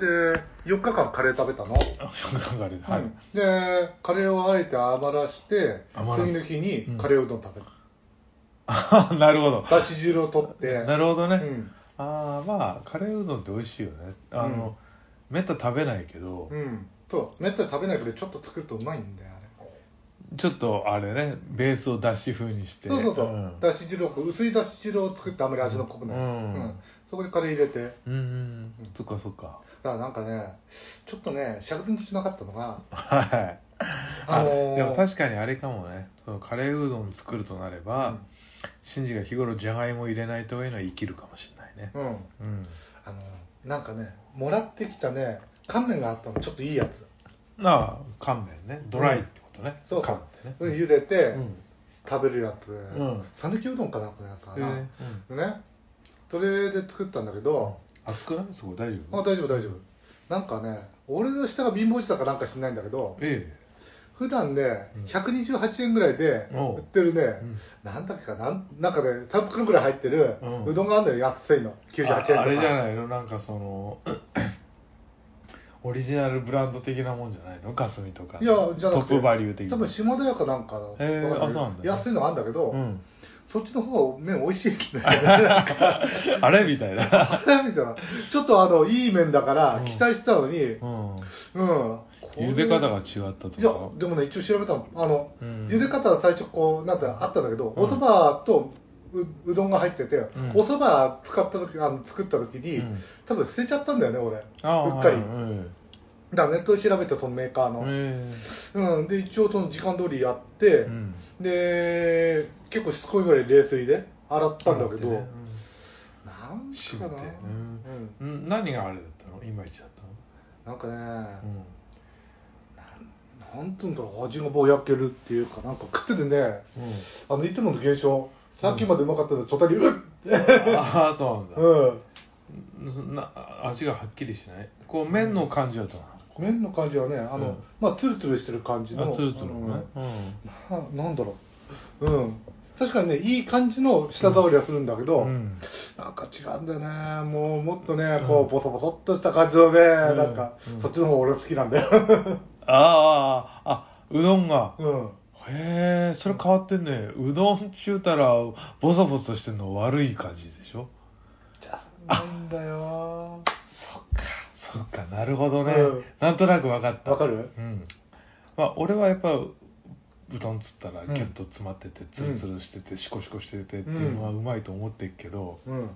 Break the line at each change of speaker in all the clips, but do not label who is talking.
で4日間カレー食べたの、
4日間で、は
う
い
ん。でカレーをあえて余らして
余
次
らす
の日に
うん
カレーうどん食 べた、
あなるほど。
だし汁を取って
なるほどね。
うん
ああ、まあ、カレーうどんって美味しいよね。あの、めった食べないけど、
うんとめったに食べないけどちょっと作るとうまいんだよあれ
ちょっとあれね、ベースをだし風にして。
そうそうそう、
ん
だし汁を薄いだし汁を作ってあんまり味の濃くない、
うん
そこにカレー入れてだか
うんうん、そっかそっか。
らなんかねちょっとね釈然としなかったのが
はい。
あのー
でも確かにあれかもね、そのカレーうどん作るとなれば、シンジが日頃じゃがいも入れないというのは生きるかもしれないね。
うん、うん
うん。
あのなんかねもらってきたね乾麺があったのちょっといいやつ
なあ、乾麺ね。ドライってことね。
そう
乾ってね。
それ茹でて、
うん。
食べるやつ
ん
讃岐、うどんかなんかのやつか
え
な、
ー
ねそれで作ったんだけど、
熱くないそこ大丈
あ
夫
大丈夫大丈夫なんかね俺の下が貧乏したかなんか知んないんだけど
え
普段ね
うん
128円ぐらいで
おう
売ってるね、
えうん
なんだっけかなんなんかね3袋ぐらい入ってる
うん
うどんがあるんだよ安いの98円とか
ああれじゃないのなんかその オリジナルブランド的なもんじゃないのかすみとか
いやじゃな
ト
くて
ップバリュー的
多
な
分下田屋かなんかの
へー
わかん
あそう
ない
なんだ
安いのあるんだけど、
うん、
そっちの方が麺美味しいね
あれみたいな、
あれみたいなちょっとあのいい麺だから
うん
期待してたのに、
うん、
うん、
茹で方
い
が違った
や
と
でもね一応調べたのあの、
うん
茹で方は最初こうなんてあったんだけど、
うん
おそばとううどんが入ってて、
ん
おそば使った時あの作った時に、
うん
多分捨てちゃったんだよね俺
かあ
うっかり
はいうん
だからネットで調べてそのメーカーの、
え
うん、で一応その時間通りやって、
えうん
で結構しつこいぐらい冷水で洗ったんだけど、
ね
なん
締
か
め
な
て、
うん
うんん何があれだったのいまいちだった
な
の
んかね、
うん
なんていうんだろう味がぼやけるっていうかなんか食っててね
うん、
あのいつもの現象さっきまでうまかったのに途端にうっ
ああそうなんだ、
うん
そんな味がはっきりしないこう麺の感じだったの、
麺の感じはねあの、
うん
まあツルツルしてる感じの
あツルツルのね、
うんななんだろううん確かにねいい感じの舌触りはするんだけど、
うん
なんか違うんだよねもうもっとねこうボソボソっとした感じのね、
ん
なんか、
うん
そっちの方が俺好きなんだよ
ああ、あ、うどんが。
うん
へえ、それ変わってんね。うどんちゅうたら、ボソボソしてんの悪い感じでしょ
じゃあなんだよ
そっか。そっか、なるほどね。
うん
なんとなく分かった。
わかる
うん。まあ、俺はやっぱ、うどんつったら
うん
ギュッと詰まってて、ツルツルしてて、シコシコしててっていうのはうまいと思ってるけど、
うん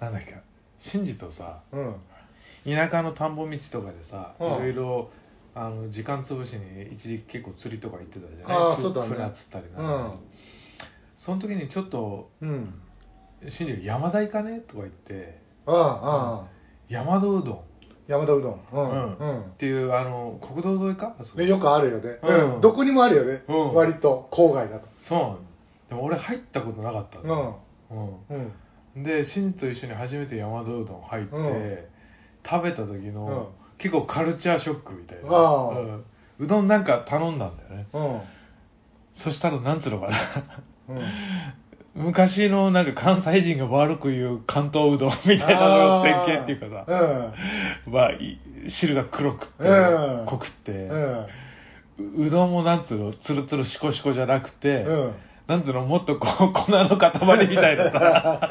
なんだっけ、シンジとさ、
うん
田舎の田んぼ道とかでさ、
うん
いろいろあの時間潰しに一時期結構釣りとか行ってたじゃない
あー
ふ
そうだね
船釣ったり
う
なんんかその時にちょっと
うん
「新宿山田行かね?」とか言って
ああああ
「山田うどん」っ
山田うどんうん
う
うん、
ていうあの国道沿いかあそこ
ね、よくあるよね、
うん
うんどこにもあるよね、
うん
割と郊外だと
そうなのでも俺入ったことなかった
う
の
ん
うん
うん
で新次と一緒に初めて山田うどん入って、
うん
食べた時の、結構カルチャーショックみたいな、
あ
う
ー
んうどんなんか頼んだんだよね
うん
そしたらなんつうのかな
うん、
昔のなんか関西人が悪く言う関東うどんみたいなのの典型っていうかさ、
さ
まあ、い汁が黒くて、
うん
濃くて、
う
うんうどんもなんつうのつるつるしこしこじゃなくて、
うん
なんつうのもっとこう粉の塊みたい なさ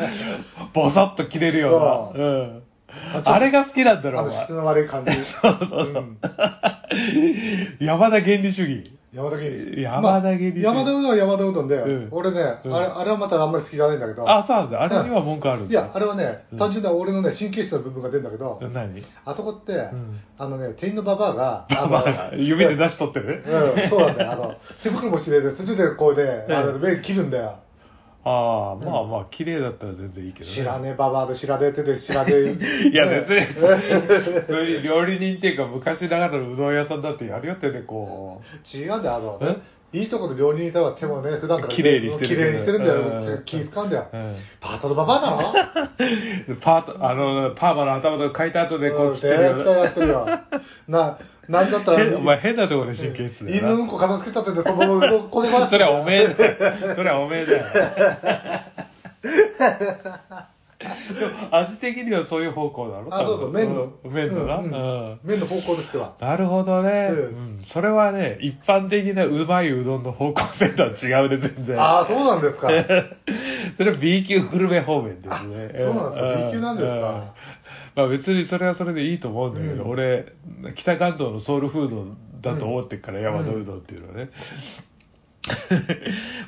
ボサッと切れるような、うん、あれが好きなんだ
あ
ろう
の
お前
質の悪い感じ
そうそうそう、
ん
山田原理主義
山田芸
山田芸人
山田うどんは山田うどんで、
うん
俺ね、
うん
あれあれはまたあんまり好きじゃないんだけど
あそうなんだあれには文句あるん
い
だ、
やあれはね、単純な俺のね神経質な部分が出るんだけど、
何
あそこって、
ん
あのね店員のババアがあの
まあ指で出しとってる
うん、そうなんだよ。あの、手袋もしねえで、素手でこうで、あの、目切るんだよ。
ああ、まあまあ、綺麗だったら全然いいけどね。
知らねえババアで知らねえ手で知らねえ。
いや、別に、普通に、普通に料理人っていうか、昔ながらのうどん屋さんだってやるよってね、こ
違うんだよ、あの、いいとこの料理人さんは手もね、普段からね
綺麗にしてるけ
綺
ど
麗にしてるんだ
う
よ
ん。
気使うんだよ
う。う。ん。
パートのババアだろ
パート、あの、パーマの頭とか書いた後でこう
うん
来
絶
てるよ
対
ね。
やってるよ。な、なんだったら、
へお前変なところで神経質だ
犬
よ
うんこ片付けたってで、その、どこで
な。
回
それはおめえだよ。それはおめえだよ。でも味的にはそういう方向だろ
あそうそう麺の
うん麺のな、
うんうん
うん
麺の方向としては
なるほどね、
う
うんんそれはね一般的なうまいうどんの方向性とは違うね全然
ああそうなん ですか
それは B 級グルメ方面ですね
あそうなんですか
う
B 級なんですか
うんまあ別にそれはそれでいいと思うんだけど、
うん
俺北関東のソウルフードだと思ってっから、
ん
ヤマトうどんっていうのはね、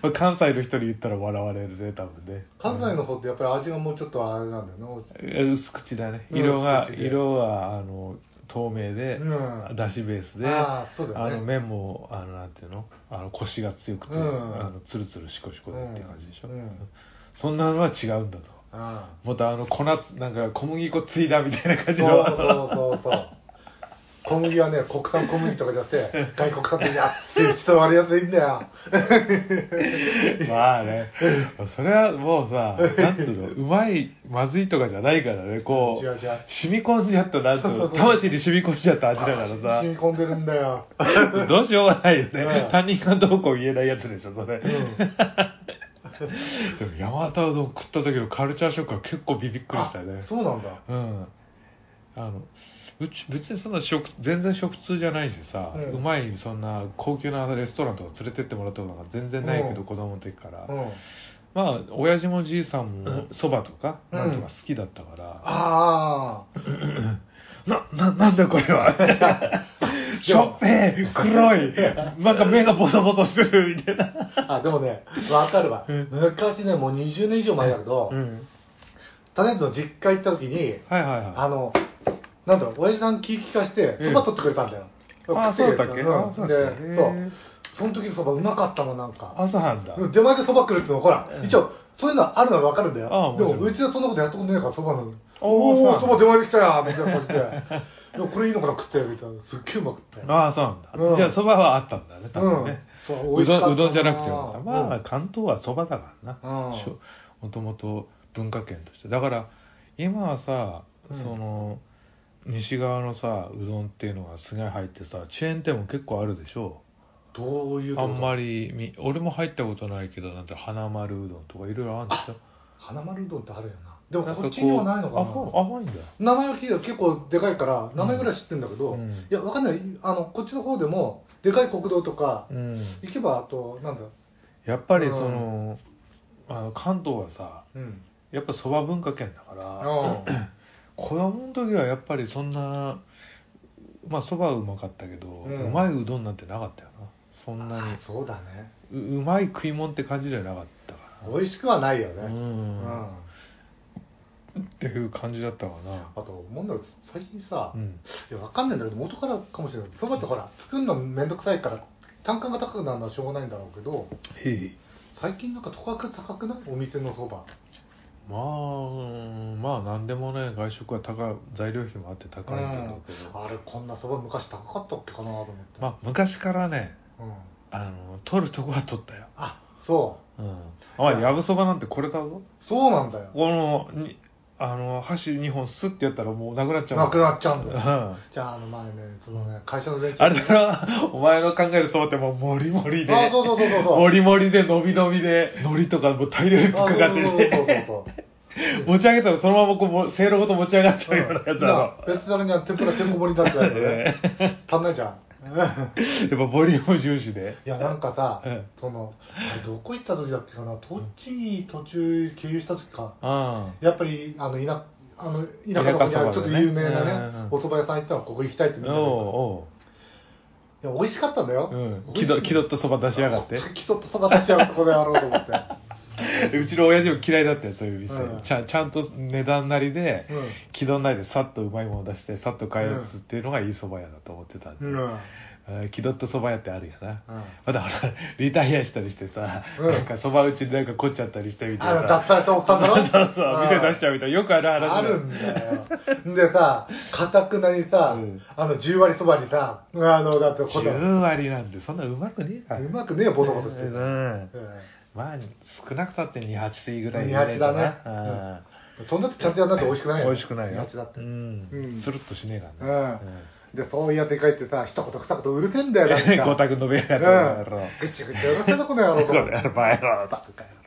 まあ関西の人に言ったら笑われるね多分ね
関西の方ってやっぱり味がもうちょっとあれなんだよね
え薄口だね
うん
色が、
薄口で
色はあの透明で、
うん
だしベースで
あーそうだよ
あ
ね
の麺もあのなんていうのあのコシが強くて、
うん
あのツルツルシコシコでって感じでしょ、
うんうん
そんなのは違うんだと
あ
またあの粉つなんか小麦粉ついだみたいな
あ
感じ
そう
の
そうそうそう小麦はね国産小麦とかじゃなく て外国産って安いと割安いんだよ
まあねそれはもうさなんつうのうまいまずいとかじゃないからねこう
違う違う
染み込んじゃったなんつう
そうそう
の
そう
魂に染み込んじゃった味だからさ
染み込んでるんだよ
どうしようもないよね、
うん
他人がどうこう言えないやつでしょそれ、でも
うん
ヤマタうどん食った時のカルチャーショックは結構ビビっくりしたね
あそうなんだ
うんあのうち別にそんな食全然食通じゃないしさ、
う
うんまいそんな高級なレストランとか連れてってもらったことなんか全然ないけど、
うん
子供の時から、
うん
まあ親父もじいさんもそばとか、
うん
なんとか好きだったから、
あ
なななんだこれは しょっぺー黒いなんか目がボソボソしてるみたいな
ああでもねわかるわ
うん
昔ねもう20年以上前だけど
うん
種ネの実家行った時に
はいはいはい
あのなんだろう親父さん気利かして
うん
そば取ってくれたんだよ
あ
食て
そうだっけ
うん
あそうだっけ
で
へ
そう
ー
その時のそばうまかったのなんか
朝飯だ、
うん出前でそば来るってのほら
うん
一応そういうのはあるのはわかるんだよ
ああも
で
ちろん
もうちはそんなことやったことないからそばなの
おー
おお
そ
そうば
なんだ
出前で来たよみたいな感じで でもこれいいのかな食ってみたいなすっげえうまくって
ああそうなんだ、
うん
じゃあそばはあったんだね多分ね、
うん
う
そう美味しかった
ど
なん
うどんじゃなくてよかったまあ、
うん
関東はそばだからな、
うん
しょもともと文化圏としてだから今はさ、
うん
その西側のさうどんっていうのがすごい入ってさチェーン店も結構あるでしょ
どういう
あんま
り
りみ俺も入ったことないけどなんて花丸うどんとかいろいろあるんでしょ
花丸うどんってあるよなで
な
も
んか
こっちにはないのか
あそう甘いんだ
な名前を聞いたら結構でかいから名前ぐらい知ってんだけど、
うん
いやわかんないあのこっちの方でもでかい国道とか
うん
行けばあとなんだ
やっぱりその,、あの関東はさ
うん
やっぱそば文化圏だから、
あ
子供の時はやっぱりそんなまあそばはうまかったけど、
う
うんまいうどんなんてなかったよなそんな
あそうだね
にううまい食い物って感じじゃなかったか
美味しくはないよね
らう、
うん
っ
あ
ていう感じだったかな
と思うんだけど最近さ、
うん
いやわかんないんだけど元からかもしれないそばってほら作るのめんどくさいから単価が高くなるのはしょうがないんだろうけど
へい
最近なんか価格高くないお店のそば
まあうんまあなんでもね外食は高い材料費もあって高いんだろうけど、
あれこんなそば昔高かったっけかなと思って、
まあ昔からね
うん、
あの取るとこは取ったよ
あそ
うんあやぶそばなんてこれだぞ
うそうなんだよ
このにあの箸2本スッてやったらもうなくなっちゃう
なくなっちゃうんだよ
うん
じゃああの前ねそのね会社の連中
あれだろ、お前の考えるそばってもうモリモリで、
あそうそうそうそうそう
モリモリで伸び伸びで、海苔とかもう大量にぶっかかって
あ
き
そうそうそう
て、
そう
持ち上げたらそのままこうも、せいろごと持ち上がっち
そ
ゃ
う
うようなやつ
だ
だろ。
から別皿には天ぷらてんこ盛りだったやつね足んないじゃん
やっぱボリューム重視で。
いやなんかさ、
うん
そのあれどこ行った時だっけかな栃木途中経由した時か
あ
やっぱりあの田あの田舎の
田
方にあ
舎そ
る
ば
ちょっと
でね
有名なね
うんうん
お蕎麦屋さん行ったらここ行きたいってみ
あ。
んなでい
お
や美味しかったんだよ
うおう。うん。
美味
気
しい
取気取ったそば出しや がって。
基礎とそば出し合うとこでやろうと 思って
うちの親父も嫌いだったよ、そういう店
うん。
ちゃんちゃんと値段なりで
うん、
気取んないでさっとうまいもの出して、さっと買い出すっていうのがいいそば屋だと思ってたんで。
うん、うん、
うん気取ったそば屋ってあるよな、まだほらリタイアしたりしてさ、
うん
なんかそば打ちになんか凝っちゃったりしてみた
あ
い
の
な
脱
さ
サラしたおっさんだろ
そうそう店出しち
ゃう
ゃうみたいなよくある話
あ
だ
るんだよでさかたくなにさ、
うん
あの10割そばにさあのだってこだう
10割なんてそんなうまくねえから
まくねえボソボソして
う
る、うん
んまあ少なくたって28ぐらい
28だね
入れないとな
そんなってちゃんとやんないと美味しくない
うん
よ
美味しくないよ
八だって、
うん
うん
つるっとしねえからね、
うんでそういうやって帰ってさ一言二言うる せえんだよなんか
ごたくのべやがっ
う
てこ
んぐちゃぐちゃうるせえなこの野郎と
の
思っ
野
て
郎この野郎バカ野
バ
郎
カ野郎